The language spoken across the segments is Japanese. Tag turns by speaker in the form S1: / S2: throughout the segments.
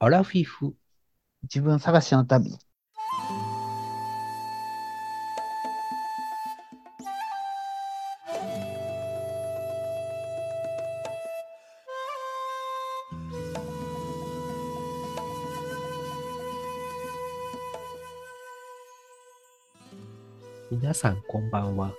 S1: アラフィフ。
S2: 自分探しの旅。
S1: 皆さんこんばんは。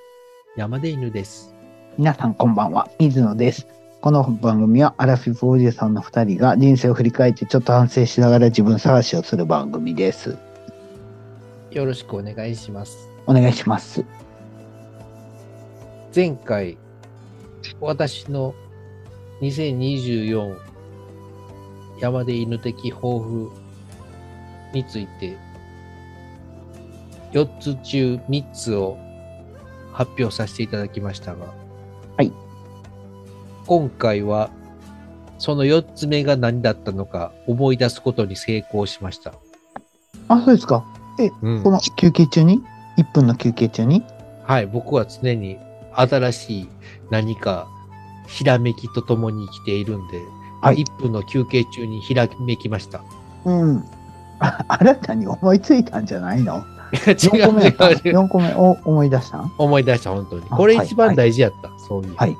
S1: 山で犬です。
S2: 皆さんこんばんは、水野です。この番組はアラフィフおじさんの2人が人生を振り返ってちょっと反省しながら自分探しをする番組です。
S1: よろしくお願いします。
S2: お願いします。
S1: 前回、私の2024山で犬的抱負について、4つ中3つを発表させていただきましたが、
S2: はい。
S1: 今回は、その4つ目が何だったのか思い出すことに成功しました。
S2: あ、そうですか。
S1: うん
S2: この休憩中に ?1 分の休憩中に
S1: はい、僕は常に新しい何かひらめきとともに生きているんで、
S2: はい
S1: 1分の休憩中にひらめきました。
S2: うん。あ 新たに思いついたんじゃないの
S1: 違う
S2: ?4 個目やった
S1: 違う違う
S2: 4個目を思い出したん
S1: 思い出した、本当に。
S2: あ
S1: これ
S2: はい
S1: 一番大事やった、そういう。
S2: はい。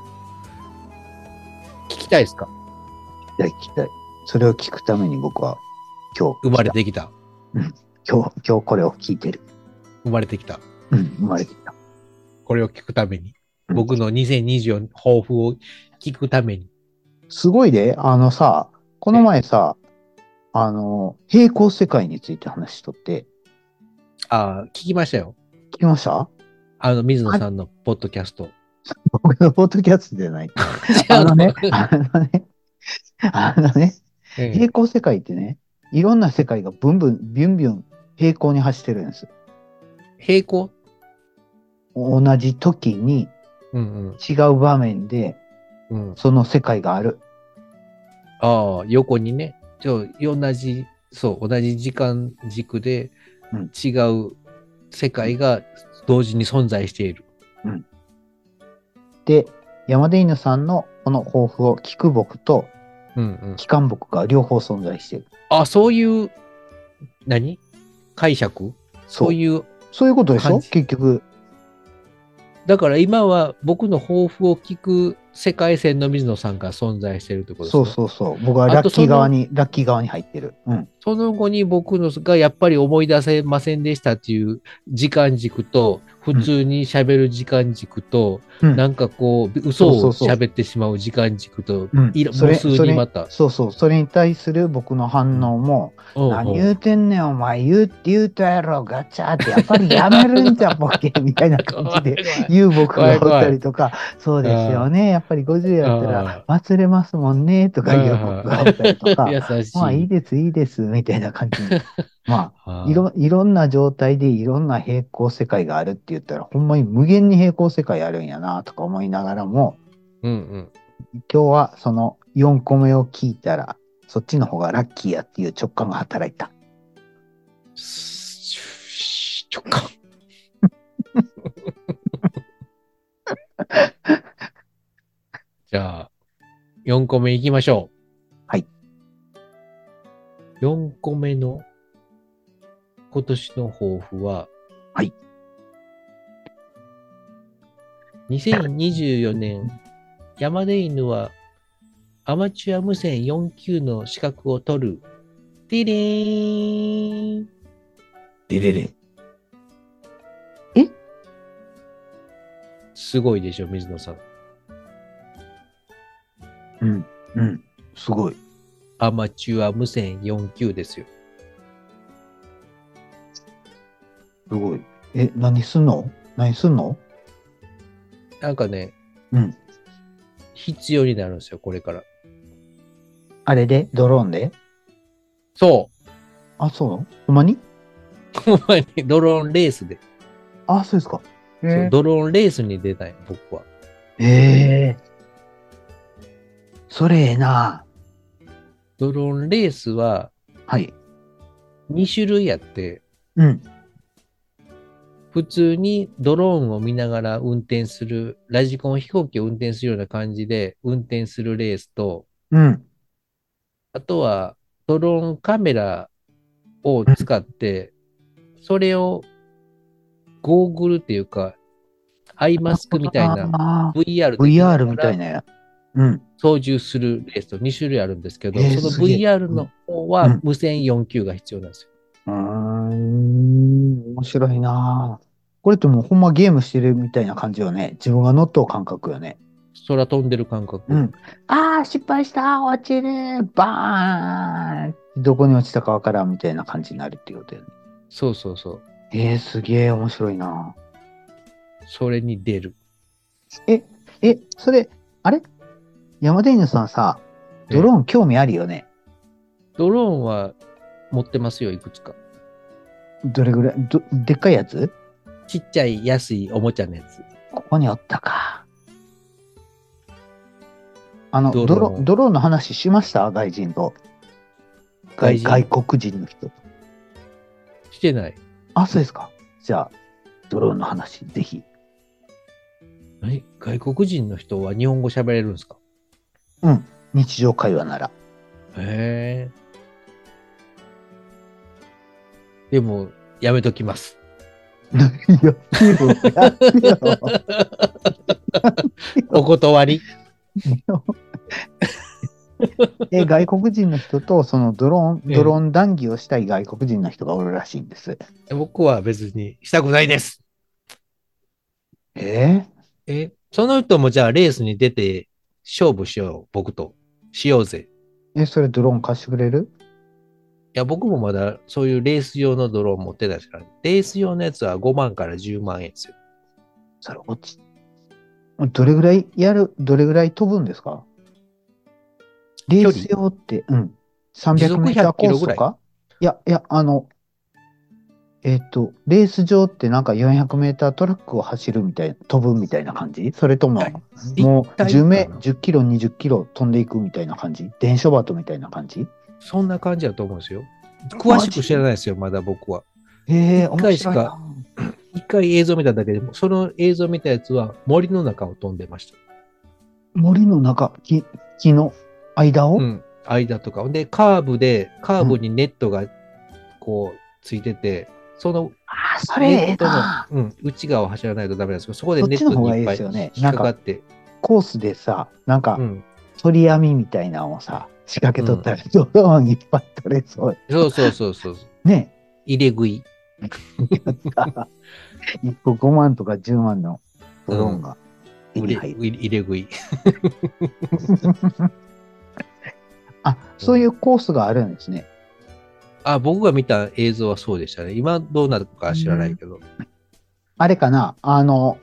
S1: 聞きたいですか
S2: じゃあ聞きたい。それを聞くために僕は今日、
S1: 生まれてきた。
S2: 今日、今日これを聞いてる。
S1: 生まれてきた。
S2: うん、生まれてきた。
S1: これを聞くために。
S2: うん
S1: 僕の2024抱負を聞くために。
S2: すごいで、あのさ、この前さ、あの、平行世界について話しとって、
S1: ああ、聞きましたよ。
S2: 聞きました
S1: あの、水野さんのポッドキャスト。
S2: 僕のポッドキャストじゃない。 あのね、あのね、あのね、
S1: ええ
S2: 平行世界ってね、いろんな世界がブンブン、ビュンビュン平行に走ってるんです。
S1: 平行
S2: 同じ時に
S1: うん
S2: 違う場面で
S1: うん。うん
S2: その世界がある。
S1: ああ、横にね、ちょ、同じ、そう、同じ時間軸で
S2: うん
S1: 違う世界が同時に存在している。
S2: で、山出犬さんのこの抱負を聞く僕と
S1: うんうん。
S2: 機関僕が両方存在してる。
S1: あ、そういう、何解釈そう
S2: う。
S1: いう、
S2: そういうことでしょ
S1: 感じ
S2: 結局。
S1: だから今は僕の抱負を聞く世界線の水野さんが存在しているってことです
S2: そ
S1: ね
S2: うそうそう。僕はラッキー側に、ラッキー側に入ってる。うん。
S1: その後に僕のがやっぱり思い出せませんでしたっていう時間軸と、普通に喋る時間軸と、
S2: うん
S1: なんかこう、嘘
S2: そ
S1: を
S2: うそうそう
S1: 喋ってしまう時間軸と、
S2: うん
S1: いろ
S2: そ
S1: 無
S2: れ
S1: 数
S2: そ
S1: に
S2: れ
S1: また。
S2: そうそう。それに対する僕の反応も、
S1: うん
S2: 何
S1: うん
S2: 言うてんねん、お前言うって言うたやろ、ガチャって、やっぱりやめるんじゃ、ボケ、みたいな感じで。言う僕がおったりとか、そうですよね、やっぱり50やったら忘れますもんね、とか言う僕がおったりとか、
S1: 優しい。
S2: まあいいです、いいです、みたいな感じ に。ま
S1: あ
S2: あ、
S1: ー
S2: いろ、いろんな状態でいろんな平行世界があるって言ったら、ほんまに無限に平行世界あるんやな、とか思いながらも、
S1: うんうん。
S2: 今日はその4個目を聞いたら、そっちの方がラッキーやっていう直感が働いた。
S1: シュッ直感。 じゃあ、4個目いきましょう。
S2: はい。
S1: 4個目の今年の抱負は、
S2: はい。
S1: 2024年、山で犬はアマチュア無線4級の資格を取る。ディデーン
S2: でれれ。
S1: すごいでしょ、水野さん。
S2: うん、うん、すごい。
S1: アマチュア無線4級ですよ。
S2: すごい。え、何すんの何すんの
S1: なんかね、
S2: うん。
S1: 必要になるんですよ、これから。
S2: あれでドローンで
S1: そ
S2: あ、そうほんまに
S1: う。 ほんまにドローンレースで。
S2: あ、そうですか。え
S1: そうドローンレースに出たい、僕は。
S2: えそれええな。
S1: ドローンレースは
S2: はい。
S1: 2種類あって、
S2: うん。
S1: 普通にドローンを見ながら運転する、ラジコン飛行機を運転するような感じで運転するレースと、
S2: うん。
S1: あとはドローンカメラを使って、それをゴーグルっていうか、アイマスクみたいな、
S2: な。
S1: VR っていうのか
S2: VR みたいなや。うん。
S1: 操縦するレースと2種類あるんですけど、
S2: えー
S1: そ
S2: す
S1: の
S2: げえ
S1: VR の方
S2: う
S1: は
S2: ん
S1: 無線4級が必要なんですよ。
S2: うーん、面白いなぁこれってもうほんまゲームしてるみたいな感じよね。自分が乗っとう感覚よね。
S1: 空飛んでる感覚。
S2: うん。ああ、失敗した落ちるバーンどこに落ちたかわからんみたいな感じになるっていうことよね。
S1: そうそうそう。
S2: えー、すげえ面白いなぁ
S1: それに出る。
S2: え、それ、あれ山田犬さんさ、ドローン興味あるよね。
S1: ドローンは持ってますよ、いくつか。
S2: どれぐらいどでっかいやつ
S1: ちっちゃい安いおもちゃのやつ。
S2: ここにおったか。あの、
S1: ド
S2: ド
S1: ロー
S2: ローンドローンの話しました外人と。
S1: 外
S2: 外
S1: 人
S2: 外国人の人と。
S1: してない。
S2: あ、そうですか。じゃあ、ドローンの話、ぜひ。
S1: 何外国人の人は日本語喋れるんですか
S2: 日常会話なら。
S1: へえ。でも、やめときます。
S2: いや、やってよ。
S1: お断り。
S2: え、外国人の人と、そのドロー
S1: ええ
S2: ン、ドローン談義をしたい外国人の人がおるらしいんです。
S1: 僕は別にしたくないです。
S2: え
S1: え、その人もじゃあレースに出て勝負しよう、僕と。しようぜ。
S2: え、それドローン貸してくれる
S1: いや、僕もまだそういうレース用のドローン持ってないですから、レース用のやつは5万から10万円ですよ。
S2: それ落ち。どれぐらいやる、どれぐらい飛ぶんですかレース用って、うん。
S1: 時
S2: 300
S1: 速
S2: メーター
S1: 100
S2: コ
S1: キ
S2: ー
S1: ロ
S2: ス
S1: ぐらい
S2: とかいや、いや、あの、えっ、と、レース場ってなんか400メータートラックを走るみたいな、飛ぶみたいな感じそれとも、もう
S1: 体
S2: 10メ
S1: かな
S2: 10キロ、20キロ飛んでいくみたいな感じ電書バトみたいな感じ
S1: そんな感じだと思うんですよ。詳しく知らないですよ、まだ僕は。
S2: へえ、
S1: 一
S2: 面
S1: 回しか
S2: 白いな。
S1: 一回映像見ただけでも、その映像見たやつは森の中を飛んでました。
S2: 森の中、木、木の間を、
S1: うん。間とか。ほんで、カーブで、カーブにネットがこうついてて、その
S2: ああ、それえ
S1: ネ
S2: え
S1: ットの
S2: な、。
S1: うん、内側を走らないとダメなんですけど、そこで
S2: そっ
S1: ネッ
S2: ち
S1: ト
S2: の方
S1: に
S2: がい
S1: いっ
S2: い
S1: ぱ
S2: で
S1: い
S2: すよね
S1: 引っかかって、
S2: コースでさ、なんか、
S1: うん。
S2: 取り網みたいなのをさ、仕掛けとったら、ドローンいっぱい取れそう。
S1: そうそうそうそう。
S2: ね。
S1: 入れ食い。
S2: 1個5万とか10万のドローンが手
S1: 入
S2: に
S1: れ
S2: 入る。
S1: 入れ食い。
S2: あ、そういうコースがあるんですね。
S1: あ、僕が見た映像はそうでしたね。今どうなるか知らないけど。
S2: あれかなあの、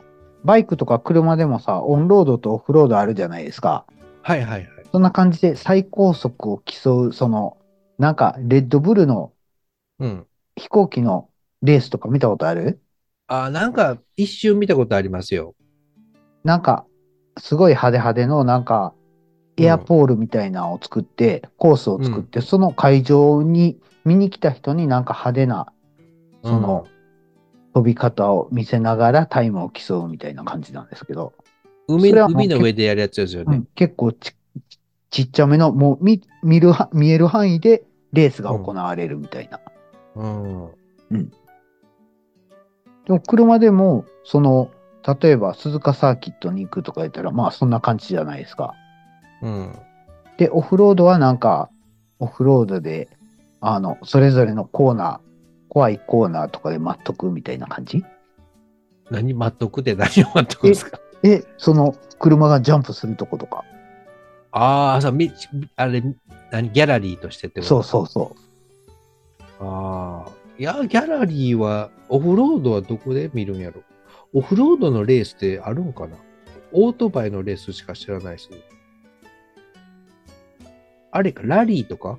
S2: バイクとか車でもさ、オンロードとオフロードあるじゃないですか。
S1: はいはいはい。
S2: そんな感じで最高速を競う、その、なんか、レッドブルの
S1: うん。
S2: 飛行機のレースとか見たことある
S1: あ、なんか一瞬見たことありますよ。
S2: なんか、すごい派手派手の、なんか、エアポールみたいなのを作って、コースを作って、その会場に、見に来た人になんか派手な
S1: うん
S2: その飛び方を見せながらタイムを競うみたいな感じなんですけど、
S1: 海
S2: それ
S1: の
S2: はもう
S1: 海の上でやるやつですよ
S2: う
S1: ね
S2: ん。結構ちちっちゃめの、もう見見るは見える範囲でレースが行われるみたいな。
S1: うん。
S2: でも車でも、その、例えば鈴鹿サーキットに行くとか言ったら、まあそんな感じじゃないですか。
S1: うん。
S2: で、オフロードはなんか、オフロードで、あの、それぞれのコーナー、怖いコーナーとかで待っとくみたいな感じ
S1: 何待っとくって何を待っとくんですか
S2: え、その、車がジャンプするとことか。
S1: ああ、さ、み、あれ、何、ギャラリーとしてってこと
S2: そうそうそう。
S1: う。ああ。いや、ギャラリーは、オフロードはどこで見るんやろオフロードのレースってあるんかなオートバイのレースしか知らないですね。あれか、ラリーとか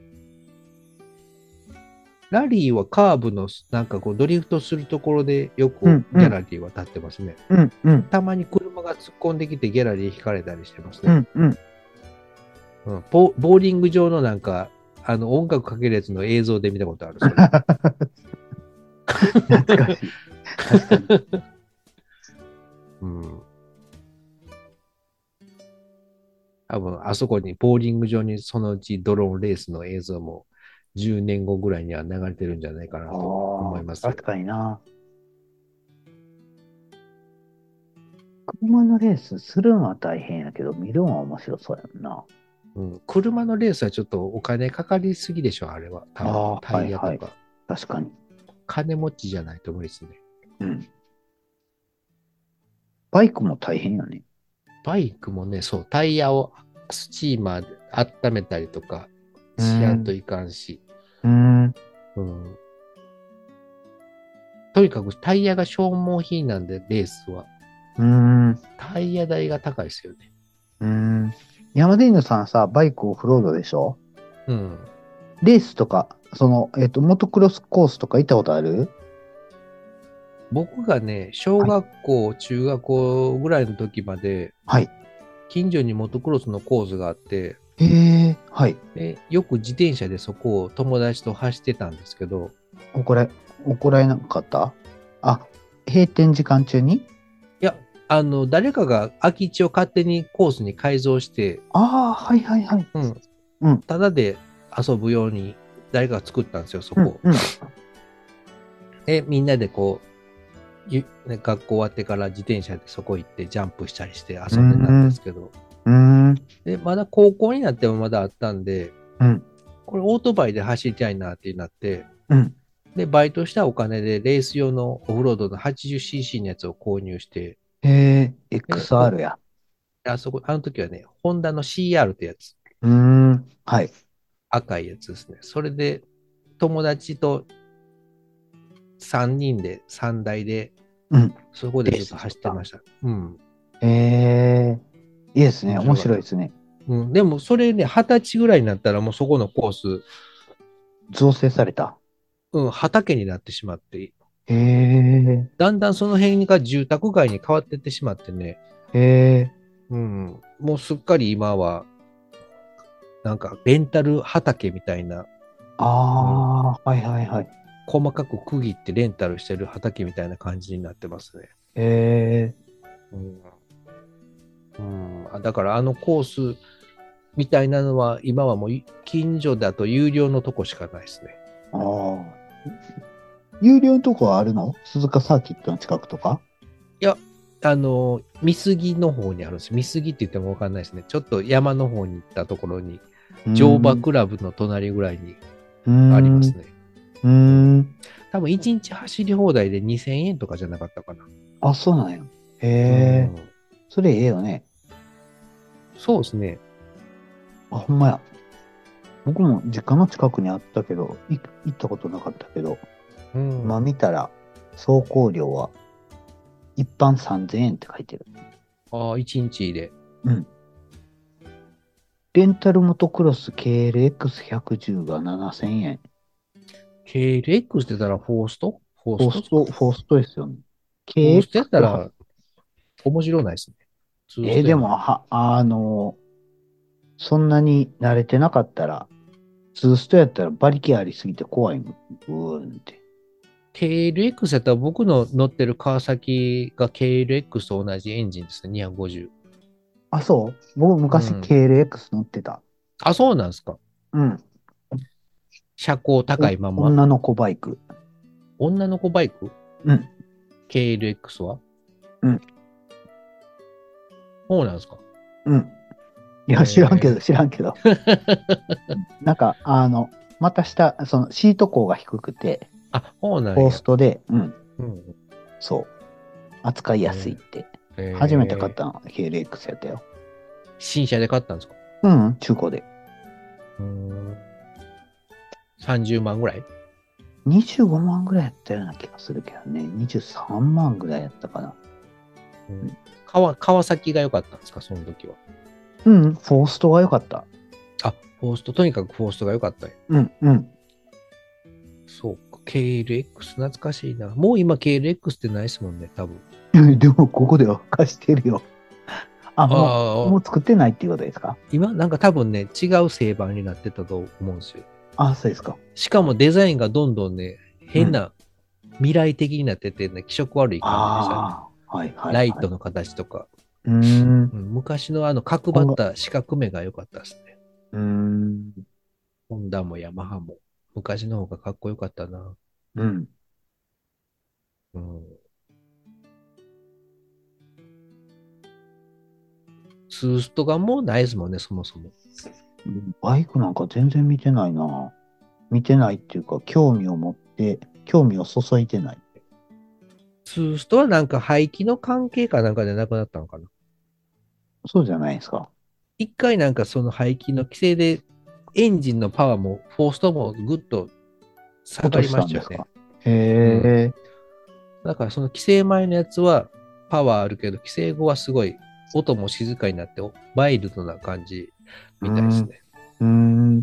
S1: ラリーはカーブの、なんかこう、ドリフトするところでよく
S2: う
S1: ギ
S2: んうん
S1: ャラリーは立ってますね。
S2: うんうん。
S1: たまに車が突っ込んできてギャラリー引かれたりしてます
S2: う
S1: ね。
S2: んうん。
S1: うんボボーリング場のなんか、あの音楽かけるやつの映像で見たことある。そ れ
S2: 懐かしい。確かに。
S1: うん。多分、あそこに、ボーリング場にそのうちドローンレースの映像も10年後ぐらいには流れてるんじゃないかなと思います。
S2: 確かにな。車のレースするのは大変やけど、見るのは面白そうやんな。
S1: うん、車のレースはちょっとお金かかりすぎでしょ、あれは。多分
S2: あー
S1: タイヤとか、
S2: はい確かに。
S1: 金持ちじゃないと無理ですね。
S2: うん。バイクも大変やね。
S1: バイクもね、そう、タイヤをスチーマーで温めたりとか
S2: うん
S1: しやんといかんし、
S2: うん。
S1: うんとにかくタイヤが消耗品なんで、レースは。
S2: うん。
S1: タイヤ代が高いですよね。
S2: うん。山田犬さんさ、バイクオフロードでしょ
S1: うん。
S2: レースとか、その、えっ、と、モトクロスコースとか行ったことある
S1: 僕がね、小学校、中学校ぐらいの時まで、
S2: はい。
S1: 近所にモトクロスのコースがあって、
S2: へえ、はい。
S1: でよく自転車でそこを友達と走ってたんですけど、
S2: 怒ら、怒られなかったあ、閉店時間中に
S1: いや、あの、誰かが空き地を勝手にコースに改造して、
S2: ああ、はいはいはい。
S1: うん。
S2: うん
S1: ただで遊ぶように誰かが作ったんですよ、そこ
S2: う
S1: を。
S2: ん、うん。
S1: で、みんなでこう、ゆね学校終わってから自転車でそこ行ってジャンプしたりして遊んでたんですけど、
S2: うん。
S1: で、まだ高校になってもまだあったんで、
S2: うん
S1: これオートバイで走りたいなってなって、
S2: うん。
S1: で、バイトしたお金でレース用のオフロードの 80cc のやつを購入して、
S2: へえ、XR や。
S1: あそこ、あの時はね、ホンダの CR ってやつ。
S2: うん。はい。
S1: 赤いやつですね。それで、友達と3人で、3台で、
S2: うん
S1: そこでずっと走ってました。うん。
S2: へえ、いいですね。面
S1: 面白
S2: 白
S1: い
S2: いですね。
S1: うん、でも、それね、二十歳ぐらいになったら、もうそこのコース、
S2: 造成された。
S1: うん、畑になってしまって、
S2: へえ、
S1: だんだんその辺が住宅街に変わってってしまってね、
S2: へえ、
S1: うん、もうすっかり今は、なんか、レンタル畑みたいな、
S2: ああ、はいはいはい。
S1: 細かく区切ってレンタルしてる畑みたいな感じになってますね。
S2: へえ、
S1: うんうん、あだからあのコースみたいなのは今はもうい近所だと有料のとこしかないですね。
S2: ああ。有料のとこはあるの鈴鹿サーキットの近くとか
S1: あの、見杉の方にあるんです。見杉って言ってもわかんないですね。ちょっと山の方に行ったところに、乗馬クラブの隣ぐらいにあ
S2: あ
S1: ります。ね。
S2: うん。うん
S1: 多分1日走り放題で2000円とかじゃなかったかな。
S2: あ、そうなんや。へえ、
S1: うん
S2: それええよね。
S1: そうですね。
S2: あ、ほんまや。僕も実家の近くにあったけど、い行ったことなかったけど、
S1: うん
S2: まあ
S1: あ
S2: 見たら、走行料は一般3000円って書いてる。
S1: あ、1日で。
S2: レンタルモトクロス KLX110 が7000円。
S1: KLX って言ったらフォーストフォ
S2: フ
S1: ー
S2: ォー
S1: ス
S2: ス
S1: ト
S2: ト、フォーストですよね。
S1: こう
S2: KX
S1: してたら、面白ないですね。
S2: えーでも、は、あの、そんなに慣れてなかったら、ツーストやったら馬力ありすぎて怖いの。うーんって。
S1: KLX やったら僕の乗ってる川崎が KLX と同じエンジンですね、250。
S2: あ、そう僕昔
S1: うん
S2: KLX 乗ってた。
S1: あ、そうなんですか。
S2: うん。
S1: 車高高いまま。
S2: 女の子バイク。
S1: 女の子バイク
S2: うん。
S1: ?KLX は
S2: うん。
S1: そうなんですか。
S2: うん。
S1: へ
S2: いや、
S1: ー
S2: 知らんけど、知らん けど。なんか、あの、また下、そのシート高が低くて、
S1: あ、そうなん
S2: フォ
S1: や
S2: ース。トで、うん、
S1: うん
S2: そう。扱いやすいって。
S1: へー
S2: 初めて買ったのは KLX やったよ。
S1: 新車で買ったんですか
S2: うんうん、中古で。
S1: うーん。30万ぐらい
S2: 25万ぐらいやったような気がするけどね。23万ぐらいやったかな。
S1: 川川崎が良かったんですかその時は。
S2: うん、フォーストが良かった。
S1: あ、フォースト、とにかくフォーストが良かったんや
S2: うん、うん。
S1: そうか、KLX、懐かしいな。もう今 KLX ってないですもんね、多分。
S2: え でも、ここでは貸してるよ。あ、も
S1: あ
S2: う、もう作ってないっていうことですか
S1: 今、なんか多分ね、違う製版になってたと思うんですよ。
S2: あ、そうですか。
S1: しかもデザインがどんどんね、変な、未来的になっててね、気色悪い感じでしたね。
S2: ああ、はいはい、はい。
S1: ライトの形とか、
S2: うーん。
S1: うん昔のあの角張った四角目が良かったですね。
S2: うーん。
S1: ホンダもヤマハも。昔の方がかっこよかったな。
S2: うん。
S1: うん。ツーストがもうないですもんね、そもそも。
S2: バイクなんか全然見てないな。見てないっていうか、興味を持って、興味を注いでない。
S1: ツーストはなんか廃棄の関係かなんかじゃなくなったのかな。
S2: そうじゃないですか。
S1: 一回なんかその排気の規制でエンジンのパワーもフォーストもぐっと下がりましたよね
S2: 落。としたんですか。へえ、
S1: だからその規制前のやつはパワーあるけど、規制後はすごい音も静かになってワイルドな感じみたいですね。
S2: うん。
S1: うん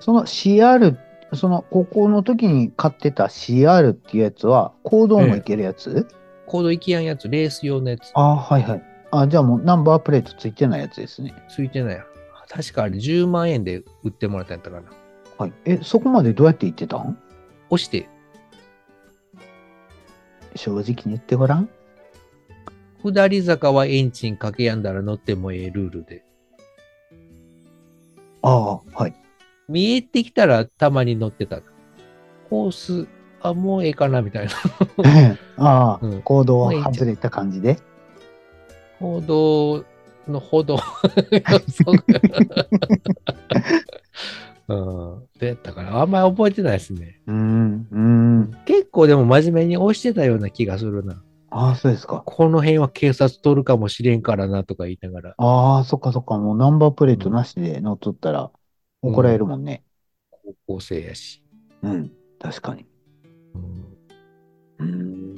S2: その CR、その高校の時に買ってた CR っていうやつは、行動もいけるやつ、
S1: コード行きやんやつ、レース用のやつ、
S2: ああ、はいはい。あじゃあもうナンバープレートついてないやつですね。
S1: ついてないや。確かあれ10万円で売ってもらったんやったかな。
S2: はい。え、そこまでどうやって行ってたん
S1: 押して、
S2: 正直に言ってごらん。
S1: 下り坂はエンジンかけやんだら乗ってもええルールで。
S2: ああ、はい。
S1: 見えてきたらたまに乗ってた。コース、あ、もうええかなみたいな。
S2: ああ、
S1: うん
S2: 行動を外れた感じで。
S1: 歩道の歩道 うん。で、だからあんまり覚えてないですね。
S2: うん、うん。
S1: 結構でも真面目に押してたような気がするな。
S2: ああ、そうですか。
S1: この辺は警察通るかもしれんからなとか言いながら、
S2: ああ、そっかそっか。もうナンバープレートなしで乗っとったら
S1: うん
S2: 怒られるもんね。
S1: 高校生やし。
S2: うん、確かに。
S1: うん、
S2: うん。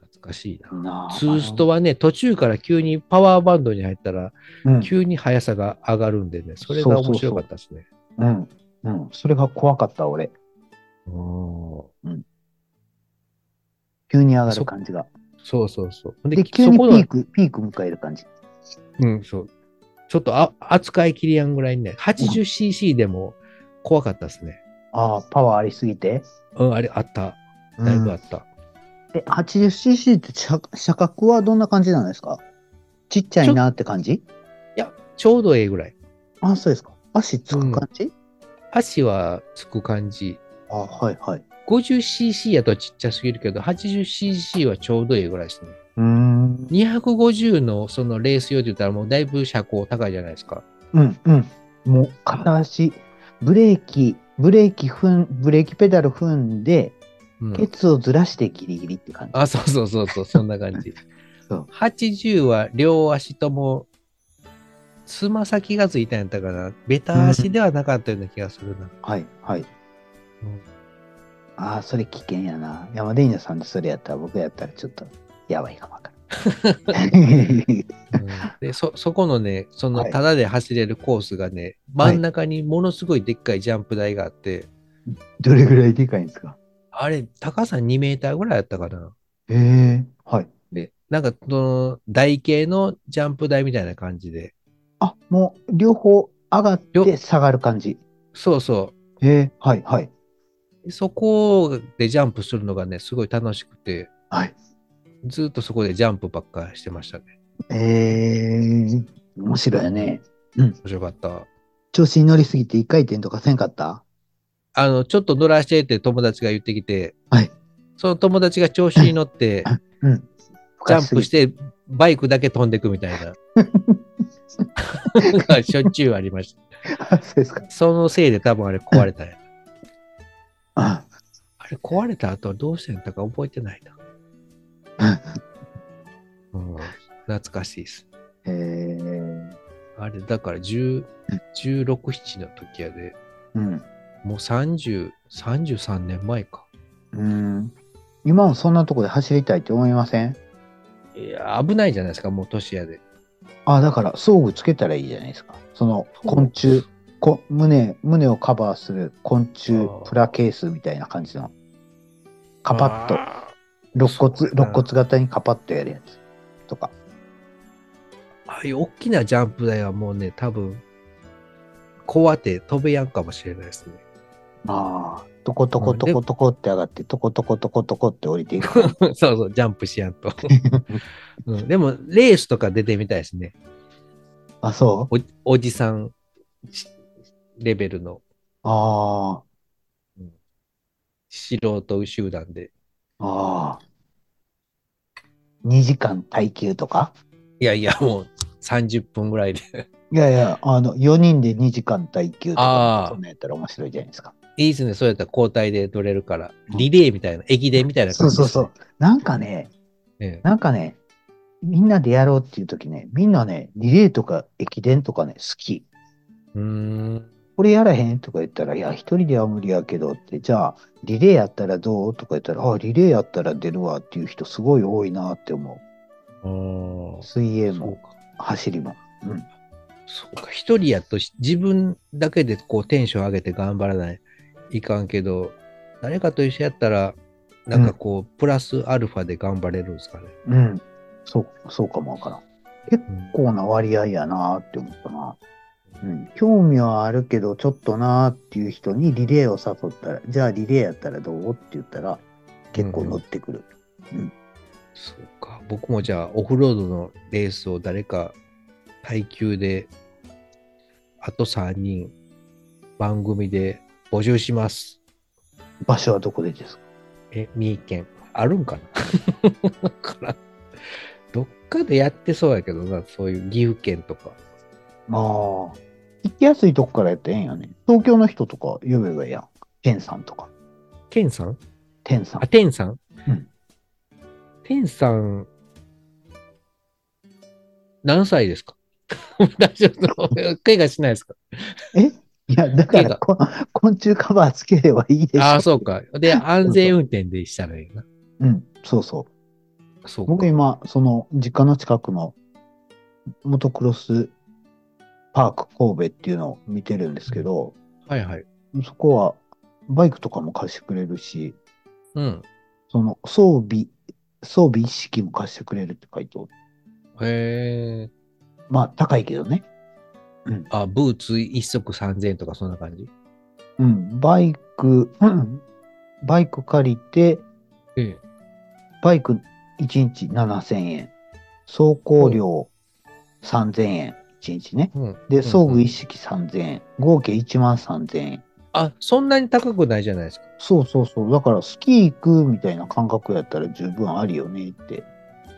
S1: 懐かしいな。
S2: なあ
S1: ツーストはね、途中から急にパワーバンドに入ったら、
S2: うん、
S1: 急に速さが上がるんでね、それが面白かったですね。
S2: うん、うん。それが怖かった、俺。
S1: うん
S2: 急に上がる感じが。
S1: そうそうそう。
S2: で、急
S1: そ
S2: にピ
S1: この
S2: ーク、ピーク迎える感じ。
S1: うん、そう。ちょっとあ扱いきりやんぐらいにね、80cc でも怖かったですね。
S2: ああ、パワーありすぎて。
S1: うん、あれあった。だいぶあった。
S2: で、80cc って車車格はどんな感じなんですかちっちゃいなって感じ
S1: ちょうどええぐらい。
S2: あ、そうですか。足つく感じ、
S1: 足はつく感じ。
S2: あ、はいはい。
S1: 50cc やとちっちゃすぎるけど、80cc はちょうどええぐらいですね。
S2: うーん。
S1: 250のそのレース用で言ったらもうだいぶ車高高いじゃないですか。
S2: うんうん。もう片足、ブレーキ、ブレーキ踏ん、ブレーキペダル踏んで、
S1: うん、
S2: ケツをずらしてギリギリって感じ。
S1: あ、そうそうそうそう、そんな感じ。
S2: そう
S1: 80は両足とも、つま先がついたんやったかな。ベタ足ではなかったような気がするな。
S2: はいはい。
S1: うん
S2: ああ、それ危険やな。山田稲さんでそれやったら僕やったらちょっとやばいかもわからん。
S1: でそそこのね、その
S2: はい
S1: ただで走れるコースがね、
S2: はい
S1: 真ん中にものすごいでっかいジャンプ台があって、
S2: どれぐらいでかいんですか
S1: あれ、高さ2メーターぐらいあったかな。
S2: ええはい。
S1: で、なんかその台形のジャンプ台みたいな感じで、
S2: あ、もう両方上がっ
S1: 両
S2: て下がる感じ。
S1: そうそ
S2: ええはいはい。
S1: うで、そこでジャンプするのがね、すごい楽しくて、
S2: はい。
S1: ずっとそこでジャンプばっかりしてましたね。
S2: ええ面白いよね。
S1: 面白かった。
S2: 調子に乗りすぎて一回転とかせんかった
S1: あの、ちょっと乗らしてって友達が言ってきて、
S2: はい
S1: その友達が調子に乗って、
S2: うん。
S1: ジャンプして、バイクだけ飛んでくみたい な。しょっちゅうありました。
S2: 深すぎて。 そうですか。
S1: そのせいで多分あれ壊れたんや。
S2: あ
S1: あれ壊れた後はどうしてんだか覚えてないな。うん、懐かしいです。
S2: ええ
S1: あれ、だから10 16、7の時やで、
S2: うん。
S1: もう30、33年前か。
S2: うん。今もそんなとこで走りたいって思いません
S1: いや、危ないじゃないですか、もう年やで。
S2: あ、だから装具つけたらいいじゃないですか。その昆虫、こ胸、胸をカバーする昆
S1: あ
S2: 虫
S1: ー
S2: プラケースみたいな感じの。カパッと、
S1: あ
S2: 肋
S1: そう
S2: 骨、
S1: やな
S2: 肋骨型にカパッとやるやつとか。
S1: ー。ああいう大きなジャンプ台はもうね、多分、壊って飛べやんかもしれないですね。
S2: ああ。トコトコトコトコって上がって、トコトコトコトコって降りていく。
S1: そうそう、ジャンプしやん と。うん、でも、レースとか出てみたいですね。
S2: あ、そう
S1: おおじさんしレベルの。
S2: ああ
S1: 素人集団で。
S2: あ、ああ。2時間耐久とか
S1: いやいや、もう30分ぐらいで。
S2: いやいや、あの、4人で2時間耐久とか、そんなんやったら面白いじゃないですか。
S1: いいですね、そうやったら交代で取れるから、リレーみたいな、駅伝みたいな
S2: そ
S1: 感
S2: う
S1: じ
S2: そう
S1: です
S2: そう。なんかね、
S1: ね。
S2: なんかね、みんなでやろうっていう時ね、みんなね、リレーとか駅伝とかね、好き。
S1: うーん。
S2: これやらへんとか言ったら、いや、一人では無理やけどって、じゃあ、リレーやったらどうとか言ったら、あ、リレーやったら出るわっていう人すごい多いなって思
S1: あー
S2: う。水泳
S1: そう
S2: も
S1: か。
S2: 走りも。
S1: そうか。一人やとし自分だけでこうテンション上げて頑張らないいかんけど、誰かと一緒やったら、なんかこう、プラスアルファで頑張れるんですかね。
S2: うん。そう、そうかもわからん。結構な割合やなって思ったな。うん。興味はあるけど、ちょっとなっていう人にリレーを誘ったら、じゃあリレーやったらどうって言ったら、結構乗ってくる。
S1: そうか。僕もじゃあ、オフロードのレースを誰か、耐久で、あと3人、番組で募集します。
S2: 場所はどこでですか
S1: え、三重県。あるんかな わからんどっかでやってそうやけどな、そういう岐阜県とか。
S2: ああ。行きやすいとこからやったらええんやね。東京の人とか呼べばええやん。天さんとか。
S1: 県さん
S2: 天さ
S1: あ、
S2: ん。
S1: 天さん
S2: うん。
S1: 天さん、何歳ですか 大丈夫怪我しないですか
S2: いや、だか
S1: 手
S2: ら
S1: が
S2: こ、昆虫カバーつければいいでしょ。
S1: ああ、そうか。で、安全運転でしたらいいな。
S2: うん、そうそう。
S1: そうか。
S2: 僕今、その、実家の近くの、モトクロスパーク神戸っていうのを見てるんですけど、
S1: はいはい。
S2: そこは、バイクとかも貸してくれるし、
S1: うん。
S2: その、装備、装備一式も貸してくれるって書いておる。
S1: へえ。
S2: まあ、高いけどね。
S1: あ、ブーツ一足3000円とかそんな感じ。
S2: うん、バイク、うんバイク借りて、
S1: ええ。
S2: バイク1日7000円。走行料3000円。1日ね。
S1: うん。
S2: で、装具
S1: うん
S2: 一式3000円。合計1万3000円。
S1: あ、そんなに高くないじゃないですか。
S2: そうそうそう。だから、スキー行くみたいな感覚やったら十分ありよねって。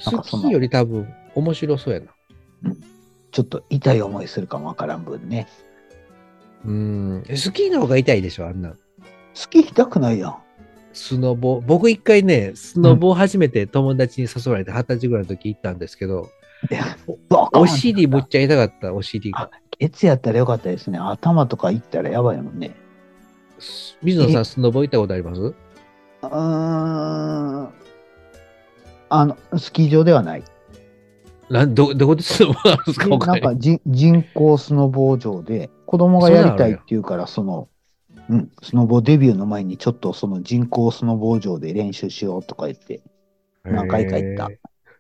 S1: ス
S2: なんかそんな
S1: キーより多分面白そうやな。
S2: ちょっと痛い思いするかもわからん分ね。
S1: うん。スキーの方が痛いでしょ、あんなん。
S2: スキー行きたくないやん。
S1: スノボ。僕一回ね、スノボを初めて友達に誘われて二十歳ぐらいの時行ったんですけど、
S2: バカ
S1: お尻むっちゃ痛かった、お尻が。
S2: ケツやったらよかったですね。頭とか行ったらやばいもんね。
S1: す水野さん、スノボ行ったことあります
S2: うーん。あの、スキー場ではない。
S1: なんど、どこでスノボあるんですか
S2: で
S1: わかん
S2: な
S1: なんい
S2: かじ人工スノボー場で子供がやりたいっていうからそのうん、スノボデビューの前にちょっとその人工スノボー場で練習しようとか言って何回か行った
S1: へー。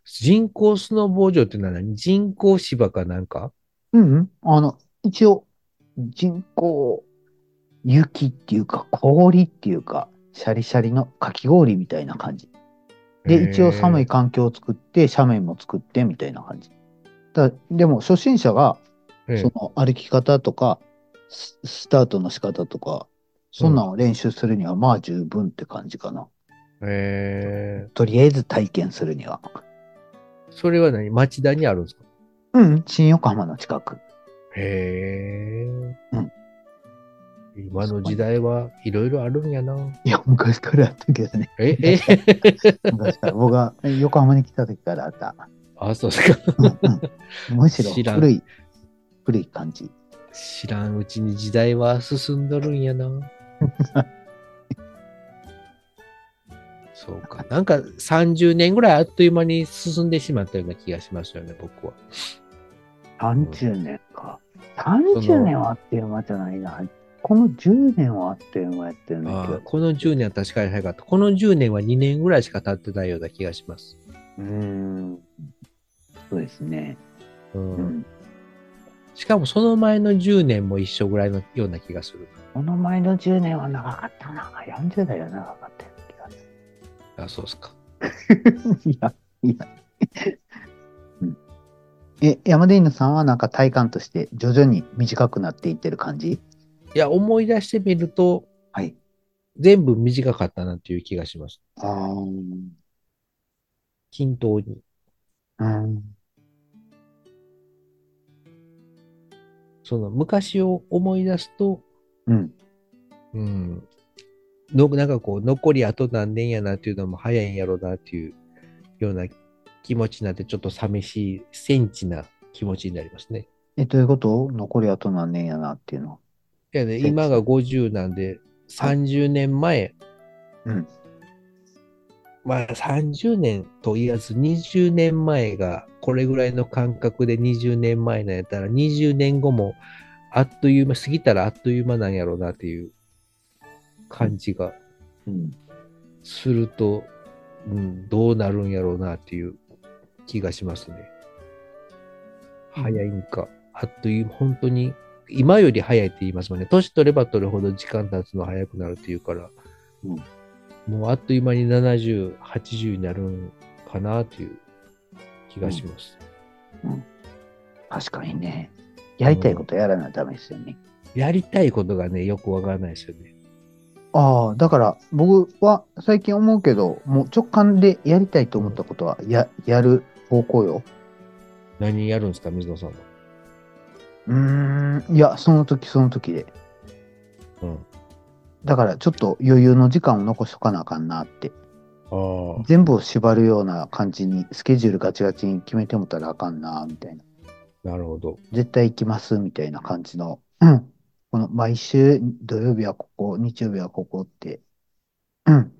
S1: 人工スノボー場ってのは何人工芝かなんか
S2: うんうんあの一応人工雪っていうか氷っていうかシャリシャリのかき氷みたいな感じで一応寒い。環境を作って斜面も作ってみたいな感じだでも初心者が
S1: へー
S2: その歩き方とか、ススタートの仕方とか、そんなんを練習するにはまあ十分って感じかな。
S1: へー
S2: とりあえず体験するには。
S1: それは何町田にあるんですか
S2: うん、新横浜の近く。
S1: へえ。
S2: うん
S1: 今の時代はいろいろあるんやな。
S2: いや、昔からあったけどね。
S1: え、え、
S2: 昔から。僕が横浜に来た時からあった。
S1: あ、そうですか。
S2: うんうんむしろ
S1: 知らん
S2: 古い、古い感じ。
S1: 知らんうちに時代は進んどるんやな。そうか。なんか30年ぐらいあっという間に進んでしまったような気がしましたよね、僕は。
S2: 30年か。30年はあっという間じゃないな。この10年はあっという間やってるんだ
S1: あ
S2: け
S1: ー
S2: ど。
S1: この10年は確かに早かった。この10年は2年ぐらいしか経ってないような気がします。
S2: うーん。そうですね。
S1: うん
S2: うん
S1: しかもその前の10年も一緒ぐらいのような気がする。
S2: この前の10年は長かったな。40代は長かったよ
S1: あ、そうですか。
S2: うな気がす る。いや、いや。うんえ、山田犬さんはなんか体感として徐々に短くなっていってる感じ
S1: いや、思い出してみると、
S2: はい。
S1: 全部短かったなっていう気がします。
S2: あー
S1: 均等に。
S2: うん。
S1: その昔を思い出すと、
S2: うん。
S1: うん。のなんかこう、残りあと何年やなっていうのも早いんやろうなっていうような気持ちになって、ちょっと寂しい、センチな気持ちになりますね。
S2: え、どういうこと残りあと何年やなっていうの。
S1: いやね、
S2: センチ
S1: 今が50なんで、30年前、
S2: うん
S1: まあ30年と言わず20年前がこれぐらいの感覚で20年前なんやったら20年後もあっという間、過ぎたらあっという間なんやろうなっていう感じが
S2: うん。
S1: すると、うん、どうなるんやろうなっていう気がしますね。
S2: うん
S1: 早いんか。あっという、本当に、今より早いって言いますもんね。年取れば取るほど時間経つの早くなるっていうから、もうあっという間に70、80になるんかなという気がします。
S2: 確かにね。やりたいことやらないとダメですよね。
S1: やりたいことがね、よくわからないですよね。
S2: ああ、だから僕は最近思うけど、もう直感でやりたいと思ったことはや、やる方向よ。
S1: 何やるんですか、水野さんは。
S2: うーん、いや、その時その時で。
S1: うん。
S2: だからちょっと余裕の時間を残しとかなあかんなって。
S1: あ
S2: 全部を縛るような感じに、スケジュールガチガチに決めてもたらあかんな、みたいな。
S1: あ、なるほど。
S2: 絶対行きます、みたいな感じの。うん。この毎週土曜日はここ、日曜日はここって。うん。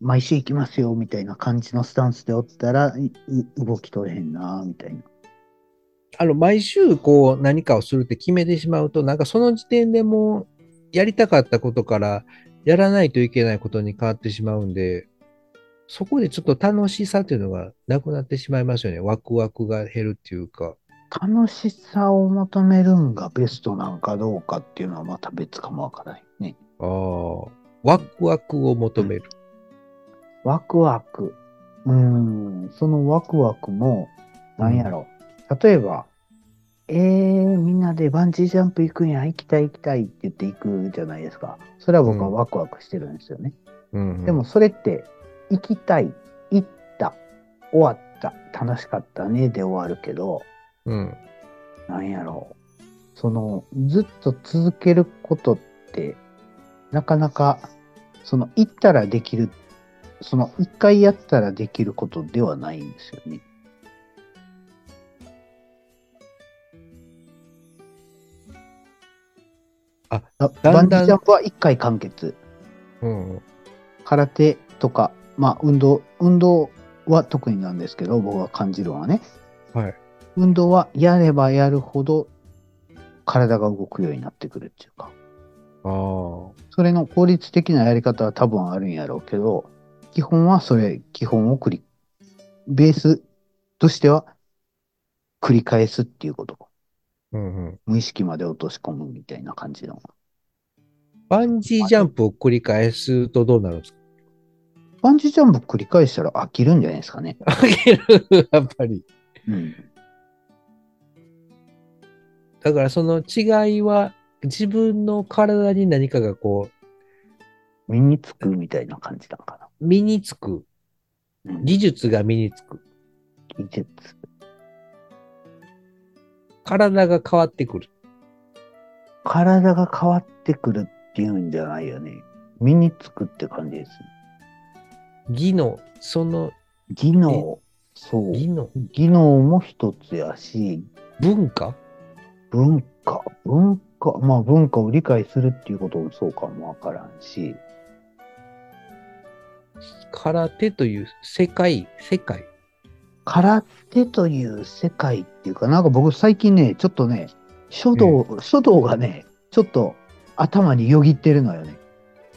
S2: 毎週行きますよ、みたいな感じのスタンスでおったら、いい動き取れへんな、みたいな。
S1: あの、毎週こう何かをするって決めてしまうと、なんかその時点でもうやりたかったことからやらないといけないことに変わってしまうんで、そこでちょっと楽しさっていうのがなくなってしまいますよね。ワクワクが減るっていうか。
S2: 楽しさを求めるんがベストなんかどうかっていうのはまた別かもわからないね。
S1: ああ。ワクワクを求める。
S2: ワクワク。うーん、そのワクワクも、なんやろ。例えば、えー、みんなでバンジージャンプ行くんや、行きたい行きたいって言って行くじゃないですか。それは僕は
S1: うん
S2: ワクワクしてるんですよね。
S1: うんうん
S2: でも、それって、行きたい、行った、終わった、楽しかったねで終わるけど、
S1: うん。
S2: なんやろう。その、ずっと続けることって、なかなか、その、行ったらできる、その、一回やったらできることではないんですよね。
S1: あだ
S2: あ、
S1: んだ
S2: バ
S1: ん
S2: ンジージャンプは一回完結。
S1: うんうん。
S2: 空手とか、まあ、運動、運動は特になんですけど、僕は感じるのはね。
S1: はい。
S2: 運動はやればやるほど、体が動くようになってくるっていうか。
S1: ああ。
S2: それの効率的なやり方は多分あるんやろうけど、基本はそれ、基本を繰り、ベースとしては繰り返すっていうこと。
S1: うんうん。
S2: 無意識まで落とし込むみたいな感じの。
S1: バンジージャンプを繰り返すとどうなるんです か
S2: バンジージャンプ繰り返したら飽きるんじゃないですかね。
S1: やっぱり。
S2: うん。
S1: だからその違いは自分の体に何かがこ
S2: 身につくみたいな感じなのか
S1: う身につく。
S2: な。うん、技
S1: 技術が身につく。
S2: 術。
S1: 体が変わってくる。
S2: 体が変わってくるっていうんじゃないよね。身につくって感じです。
S1: 技能、その
S2: 技能。そう。
S1: 技能、
S2: 技能も一つやし、
S1: 文化
S2: 文化、文化、まあ文化を理解するっていうこともそうかもわからんし、
S1: 空手という世界、世界。
S2: 空手という世界っていうか、なんか僕最近ね、ちょっとね、書道、書道がね、ちょっと頭によぎってるのよね。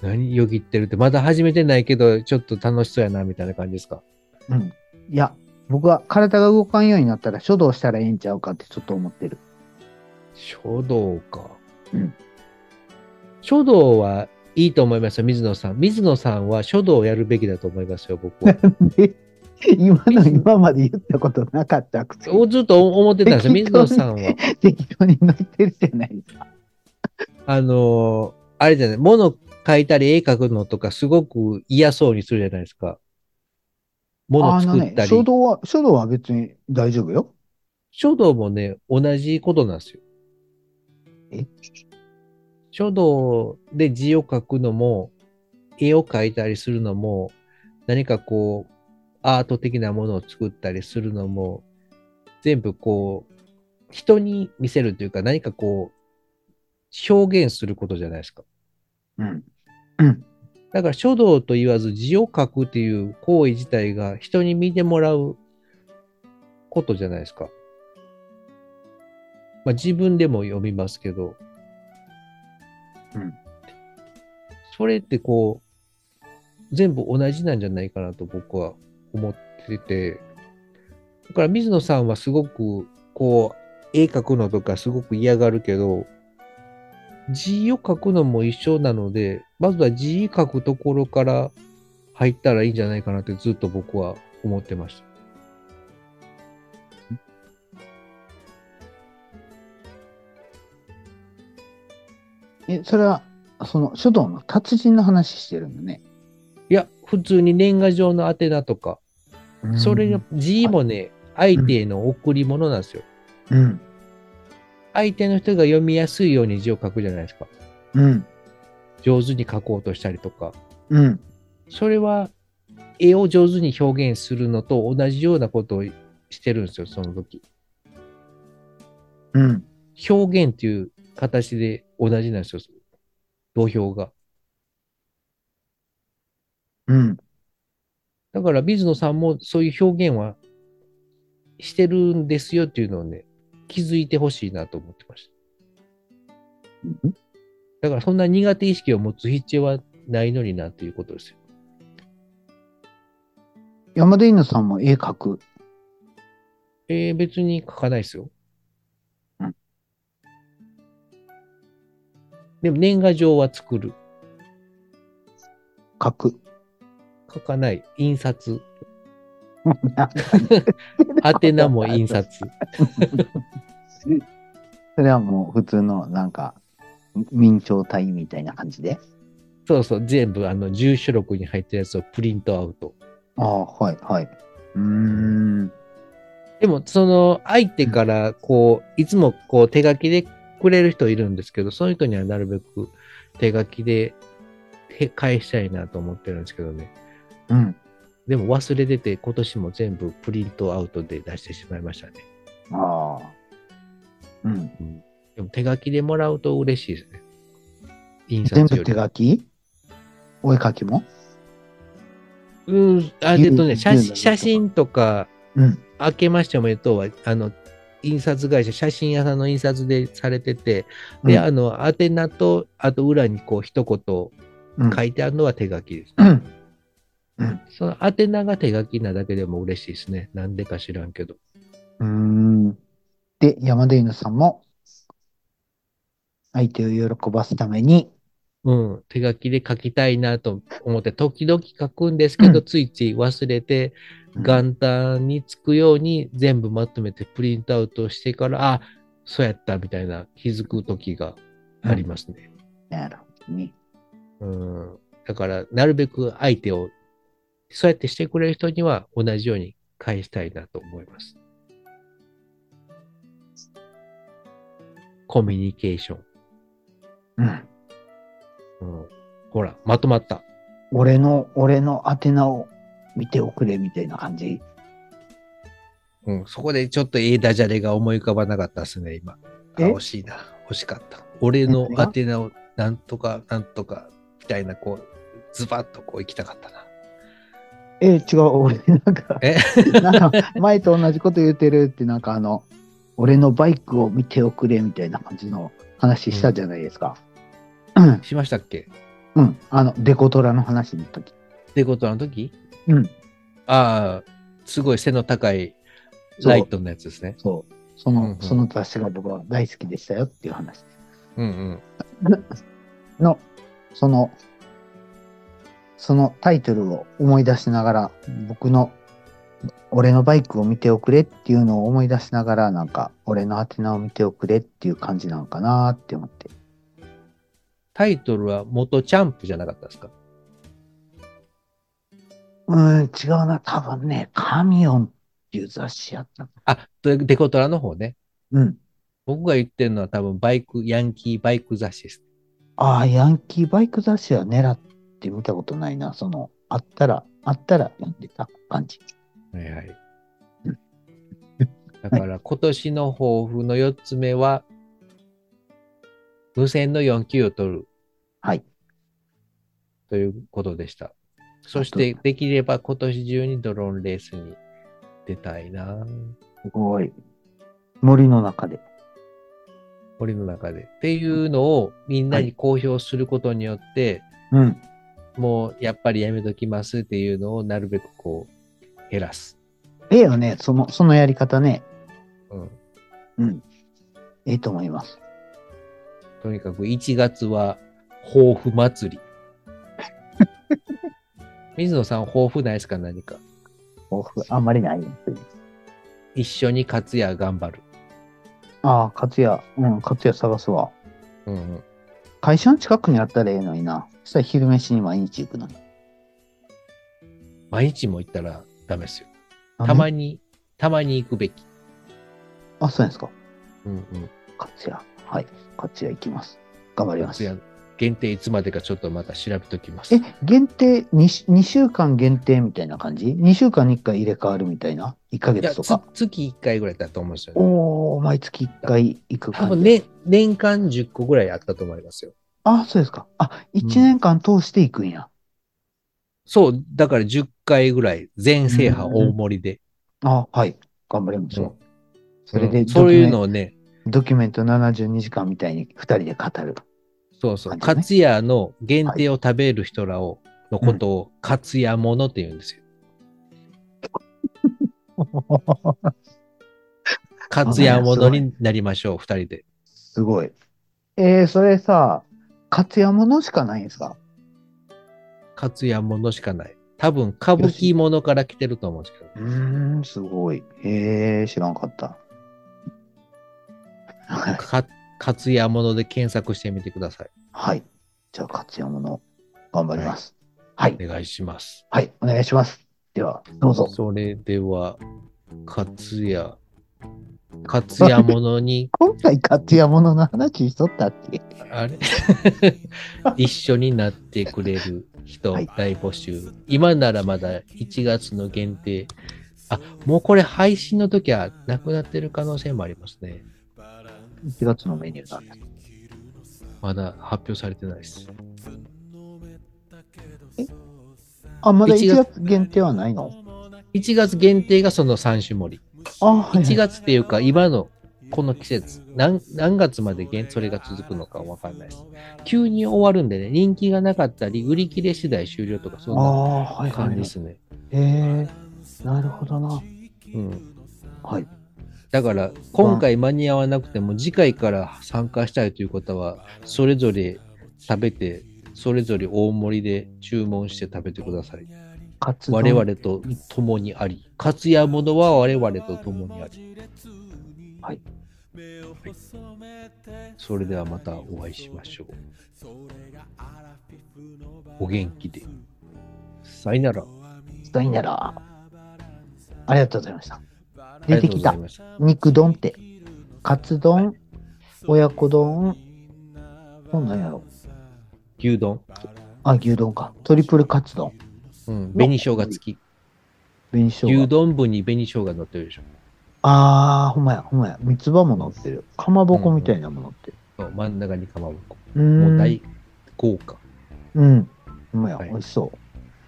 S1: 何よぎってるって、まだ始めてないけど、ちょっと楽しそうやな、みたいな感じですか。
S2: うん。いや、僕は体が動かんようになったら書道したらええんちゃうかってちょっと思ってる。
S1: 書道か。
S2: うん
S1: 書道はいいと思いますよ、水野さん。水野さんは書道をやるべきだと思いますよ、僕 は。
S2: で今の今まで言ったことなかった口
S1: おずっと思ってたんですよ、水野さんは。
S2: 適当に乗ってるじゃないですか。
S1: あのーあれじゃない、物描いたり絵描くのとかすごく嫌そうにするじゃないですか。物
S2: あの
S1: 作っ
S2: ね
S1: た、り。
S2: 書道は、書道は別に大丈夫よ。
S1: 書道もね、同じことなんですよ。
S2: え
S1: 書道で字を書くのも、絵を描いたりするのも、何かこう、アート的なものを作ったりするのも、全部こう、人に見せるというか、何かこう、表現することじゃないですか。
S2: うん。うん。
S1: だから書道と言わず字を書くっていう行為自体が人に見てもらうことじゃないですか。まあ自分でも読みますけど。
S2: うん。
S1: それってこう、全部同じなんじゃないかなと僕は思ってて。だから水野さんはすごくこう、絵描くのとかすごく嫌がるけど、字を書くのも一緒なので、まずは字書くところから入ったらいいんじゃないかなってずっと僕は思ってました。
S2: え、それは、その書道の達人の話してるのね。
S1: いや、普通に年賀状の宛名とか、それが、字もね、相手への贈り物なんですよ。
S2: うん。
S1: 相手の人が読みやすいように字を書くじゃないですか。
S2: うん。
S1: 上手に書こうとしたりとか。
S2: うん。
S1: それは、絵を上手に表現するのと同じようなことをしてるんですよ、その時。
S2: うん。
S1: 表現っていう形で同じなんですよ、土俵が。
S2: うん。
S1: だから水野さんもそういう表現はしてるんですよっていうのをね、気づいてほしいなと思ってました。
S2: うん
S1: だからそんな苦手意識を持つ必要はないのになっていうことですよ。
S2: 山田犬さんも絵描く。
S1: えー、別に書かないですよ。
S2: うん
S1: でも年賀状は作る。
S2: 描く。
S1: 書かない。印 刷。
S2: なんか
S1: 宛名も印 刷。
S2: それはもう普通のなんか明朝体みたいな感じで。
S1: そうそう。全部あの住所録に入ってるやつをプリントアウト。
S2: ああ、はいはい。うーん。
S1: でも、その、相手から、こう、いつも、こう、手書きでくれる人いるんですけど、そういう人にはなるべく手書きでへ返したいなと思ってるんですけどね。
S2: うん。
S1: でも忘れてて、今年も全部プリントアウトで出してしまいましたね。
S2: ああ。うん。
S1: でも手書きでもらうと嬉しいですね。印刷
S2: 全
S1: より
S2: 部手書きお絵描きも
S1: うん、あ、えっとね、写
S2: 牛の絵と
S1: 真
S2: か
S1: 写真とか、
S2: うん。
S1: 明けましておめでとうは、あの、印刷会社、写真屋さんの印刷でされてて、で、
S2: うん
S1: あの、宛名と、あと裏にこう、一言
S2: うん
S1: 書いてあるのは手書きです。
S2: うん。
S1: その宛名が手書きなだけでも嬉しいですね。なんでか知らんけど。
S2: うーん。で、山田犬さんも、相手を喜ばすために、
S1: うん、手書きで書きたいなと思って、時々書くんですけど、
S2: う
S1: ついつい忘れて、元旦につくように全部まとめてプリントアウトしてから、あ、そうやったみたいな気づく時がありますね。
S2: なるほどね。
S1: うんだから、なるべく相手を、そうやってしてくれる人には同じように返したいなと思います。コミュニケーション。
S2: うん。
S1: うん、ほら、まとまった。
S2: 俺の、俺の宛名を見ておくれみたいな感じ。
S1: うん、そこでちょっといいダジャレが思い浮かばなかったですね、今。あ
S2: え
S1: 惜しいな。惜しかった。俺の宛名をなんとかなんとかみたいな、こう、ズバッとこう行きたかったな。
S2: え、違う、俺、なんか、
S1: え
S2: なんか前と同じこと言ってるって、なんかあの、俺のバイクを見ておくれみたいな感じの話したじゃないですか。うん、
S1: しましたっけ
S2: うん、あの、デコトラの話の時。
S1: ってことの時
S2: うん、
S1: ああ、すごい背の高い
S2: そう
S1: ライトのやつですね。
S2: そう。そ
S1: うんう
S2: の、
S1: ん
S2: その雑誌が僕は大好きでしたよっていう話
S1: うんうん。
S2: の、その、そのタイトルを思い出しながら、僕の、俺のバイクを見ておくれっていうのを思い出しながら、なんか、俺の宛名を見ておくれっていう感じなのかなって思って。
S1: タイトルは元チャンプじゃなかったですか
S2: うん、違うな。多分ね、カミオンっていう雑誌やった。
S1: あ、でデコトラの方ね。
S2: うん。
S1: 僕が言ってるのは多分バイク、ヤンキーバイク雑誌です。
S2: ああ、ヤンキーバイク雑誌は狙って見たことないな。その、あったら、あったら読んでた感じ。
S1: はいはい。 だから今年の抱負の4つ目は、無線の4級を取る
S2: はい。
S1: ということでした。そしてできれば今年中にドローンレースに出たいな
S2: すごい。森の中で。
S1: 森の中で。っていうのをみんなに公表することによって、
S2: うん。
S1: もうやっぱりやめときますっていうのをなるべくこう減らす。
S2: ええよね。その、そのやり方ね。
S1: うん、
S2: うん。ええと思います。
S1: とにかく1月は抱負祭 り。水野さん抱負ないですか何か。
S2: 抱負、あんまりない。
S1: 一緒に勝也頑張る。
S2: ああ、勝也、うん、勝也探すわ。
S1: うんうん、
S2: 会社の近くにあったらええのにな。そしたら昼飯に毎日行くのに。
S1: 毎日も行ったらダメですよ。たま
S2: に。
S1: に、たまに行くべき。
S2: あ、そうなんですか。
S1: うんうん。
S2: 勝也。はい。勝也行きます。頑張ります。
S1: 勝也限定いつまでかちょっとまた調べときます。
S2: え、限定2、2週間限定みたいな感じ ?2 週間に1回入れ替わるみたいな ?1 ヶ
S1: いや
S2: 月と
S1: つ
S2: か。
S1: 月1回ぐらいだと思うんですよね。
S2: おお毎月1回行く
S1: 多
S2: 感じ。
S1: 分ね、年間10個ぐらいあったと思いますよ。
S2: あ、そうですか。あ、1年間通して行くんや。
S1: そう、だから10回ぐらい、全制覇大盛りで。
S2: あ、はい。頑張りましょう。
S1: うん
S2: それで
S1: うん
S2: ドキュ
S1: そう
S2: メン、
S1: いうのをね、
S2: ドキュメント72時間みたいに2人で語 る。
S1: そうそう、
S2: 感
S1: カツヤの限定を食べる人らを、のことを、カツヤものって言うんですよ。カツヤものになりましょう、二人で。
S2: すごい。えー、それさ、勝山のしかないんですか
S1: カツヤものしかない。多分、歌舞伎ものから来てると思うんですけど。
S2: うーん、すごい。えー、知らんかった。 はい
S1: かカツヤもので検索してみてください。
S2: はい。じゃあ、勝山の、頑張ります。はい
S1: お。願いします。
S2: はい、お願いします。では、どうぞ。
S1: それでは、カツヤ、カツヤものに、
S2: 今回、勝山のの話しとったっけ
S1: あ れ一緒になってくれる人
S2: はい
S1: 大募集。今ならまだ1月の限定。あ、もうこれ配信の時はなくなってる可能性もありますね。
S2: ?1 月のメニューだった。
S1: まだ発表されてないです。
S2: あ、まだ
S1: 1
S2: 1
S1: 月
S2: 月限定はないの
S1: 1月限定がその3種盛り。
S2: あ、はい、
S1: 1月っていうか今のこの季節何何月までげんそれが続くのかわかんないです急に終わるんでね人気がなかったり売り切れ次第終了とかそ
S2: あ
S1: んな
S2: あー、はい、は
S1: 感じ
S2: い
S1: で。すね、
S2: えー、なるほどな。
S1: うん、
S2: はい。
S1: だから今回間に合わなくても次回から参加したいという方はそれぞれ食べてそれぞれ大盛りで注文して食べてください
S2: カツ丼
S1: 我々と共にありかつやものは我々と共にあり
S2: は
S1: は
S2: い
S1: いそれではまたお会いしましょうお元気でさよなら
S2: さよなら。ありがとうございました。
S1: ありがと
S2: 出て
S1: うご
S2: き
S1: ざ
S2: た
S1: い。ました
S2: 肉丼って。カツ丼、親子丼、こんなんやろ。
S1: 牛丼、
S2: あ、牛丼か。トリプルカツ丼。
S1: うん、紅生姜付き
S2: 紅生
S1: 牛
S2: 姜。
S1: 丼部に紅生姜乗ってるでしょ
S2: あー、ほんまや、ほんまや。三つ葉も乗ってる。かまぼこみたいなものってる。
S1: そう真ん中にかまぼこ
S2: うーん。
S1: もう大豪華
S2: うん。ほんまや、
S1: はい
S2: 美味しそう。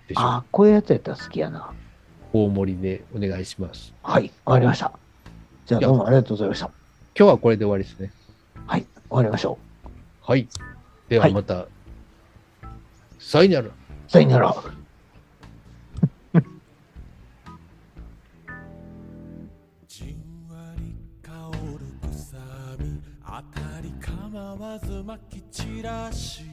S1: でしょ
S2: あー、こういうやつやったら好きやな。
S1: 大盛りでお願いします
S2: はい、わかりました。じゃあどうもありがとうございました。
S1: 今日はこれで終わりですね
S2: はい、終わりましょ
S1: はいではまた、さよなら
S2: う。さよなら。
S3: じんわり香る臭み当たり構わず撒き散らし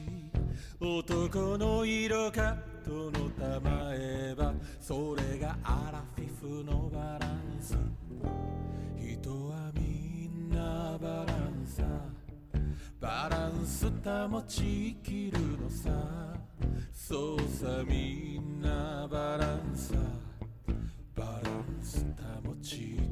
S3: 男の色カットの玉えばそれがアラフィフのバランス人はみんなバランサバランス保ちきるのさそうさみんなバランサバランス保ちきる